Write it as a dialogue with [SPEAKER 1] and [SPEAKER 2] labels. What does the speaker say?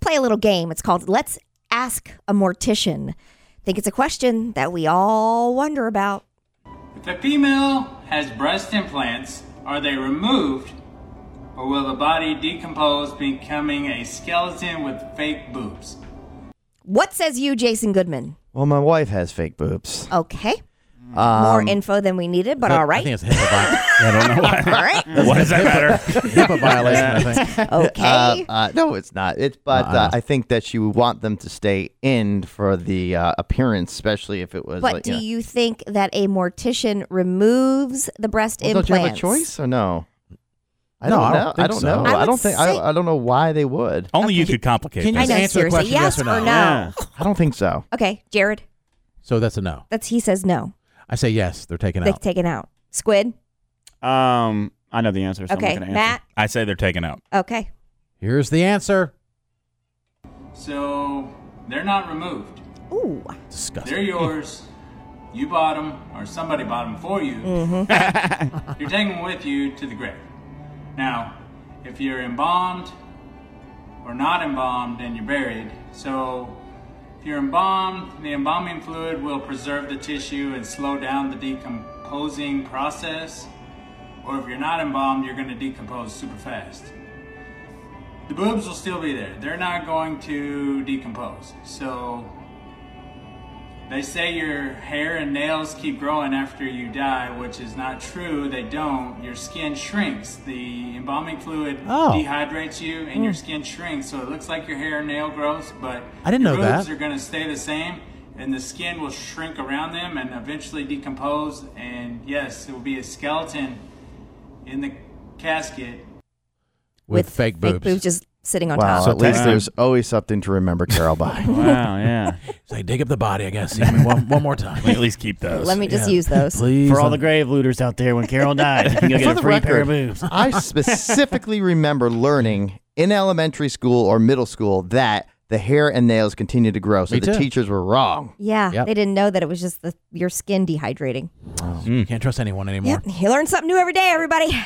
[SPEAKER 1] play a little game. It's called Let's Ask a Mortician. I think it's a question that we all wonder about.
[SPEAKER 2] If a female has breast implants, are they removed or will the body decompose becoming a skeleton with fake boobs?
[SPEAKER 1] What says you, Jason Goodman?
[SPEAKER 3] Well, my wife has fake boobs.
[SPEAKER 1] Okay. More info than we needed, but all
[SPEAKER 4] Um, I
[SPEAKER 1] right.
[SPEAKER 4] think it's a HIPAA vi- I don't know
[SPEAKER 1] All
[SPEAKER 4] why.
[SPEAKER 1] right.
[SPEAKER 4] Why does that matter? HIPAA violation, I think.
[SPEAKER 3] Uh,
[SPEAKER 1] Okay.
[SPEAKER 3] uh, no, it's not. It's but
[SPEAKER 4] Uh-uh.
[SPEAKER 3] uh, I think that you would want them to stay in for the uh, appearance, especially if it was.
[SPEAKER 1] But
[SPEAKER 3] like,
[SPEAKER 1] do
[SPEAKER 3] know-
[SPEAKER 1] you think that a mortician removes the breast
[SPEAKER 3] Well,
[SPEAKER 1] implants?
[SPEAKER 3] Don't you have a choice or no? I
[SPEAKER 4] No,
[SPEAKER 3] don't
[SPEAKER 4] I
[SPEAKER 3] know.
[SPEAKER 4] don't think so.
[SPEAKER 3] know.
[SPEAKER 4] I
[SPEAKER 3] I,
[SPEAKER 1] would
[SPEAKER 3] don't think.
[SPEAKER 1] say-
[SPEAKER 3] I, I don't know why they would.
[SPEAKER 4] Only you could complicate
[SPEAKER 1] I
[SPEAKER 4] this.
[SPEAKER 1] know, seriously. yes or no?
[SPEAKER 3] I don't think so.
[SPEAKER 1] Okay, Jared.
[SPEAKER 4] So that's a no.
[SPEAKER 1] That's he says no.
[SPEAKER 4] I say yes. They're taken
[SPEAKER 1] They're
[SPEAKER 4] out.
[SPEAKER 1] taken out. Squid.
[SPEAKER 5] Um, I know the answer. So
[SPEAKER 1] Okay,
[SPEAKER 5] I'm not gonna
[SPEAKER 1] Matt.
[SPEAKER 6] I say they're taken out.
[SPEAKER 1] Okay.
[SPEAKER 4] Here's the answer.
[SPEAKER 2] So they're not removed.
[SPEAKER 1] Ooh.
[SPEAKER 4] Disgusting.
[SPEAKER 2] They're yours. You bought them, or somebody bought them for you. you're taking them with you to the grave. Now, if you're embalmed or not embalmed and you're buried, so if you're embalmed, the embalming fluid will preserve the tissue and slow down the decomposing process. Or if you're not embalmed, you're going to decompose super fast. The boobs will still be there. They're not going to decompose. So they say your hair and nails keep growing after you die, which is not true. They don't. Your skin shrinks. The embalming fluid
[SPEAKER 4] Oh.
[SPEAKER 2] dehydrates you, and your skin shrinks, so it looks like your hair and nail grows, but
[SPEAKER 4] I didn't
[SPEAKER 2] your
[SPEAKER 4] know that.
[SPEAKER 2] boobs are going to stay the same, and the skin will shrink around them and eventually decompose. And yes, it will be a skeleton in the casket.
[SPEAKER 4] With, fake boobs.
[SPEAKER 1] just sitting on
[SPEAKER 3] Wow.
[SPEAKER 1] top.
[SPEAKER 4] So
[SPEAKER 3] at least
[SPEAKER 4] take-
[SPEAKER 3] there's always something to remember Carol by.
[SPEAKER 5] Wow. Yeah.
[SPEAKER 4] Say, dig up the body, I guess. See me one, one more time.
[SPEAKER 6] We at least keep those.
[SPEAKER 1] Let me just
[SPEAKER 4] Yeah.
[SPEAKER 1] use those.
[SPEAKER 4] Please.
[SPEAKER 7] For all the
[SPEAKER 4] let-
[SPEAKER 7] grave looters out there, when Carol died, you can go get a
[SPEAKER 3] the
[SPEAKER 7] free pair of
[SPEAKER 3] record,
[SPEAKER 7] boobs.
[SPEAKER 3] I specifically remember learning in elementary school or middle school that the hair and nails continue to grow, so
[SPEAKER 4] Me
[SPEAKER 3] the
[SPEAKER 4] too.
[SPEAKER 3] teachers were wrong.
[SPEAKER 1] Yeah,
[SPEAKER 4] Yep.
[SPEAKER 1] they didn't know that it was just the, your skin dehydrating.
[SPEAKER 4] Mm. Can't trust anyone anymore.
[SPEAKER 1] Yep, you learn something new every day, everybody.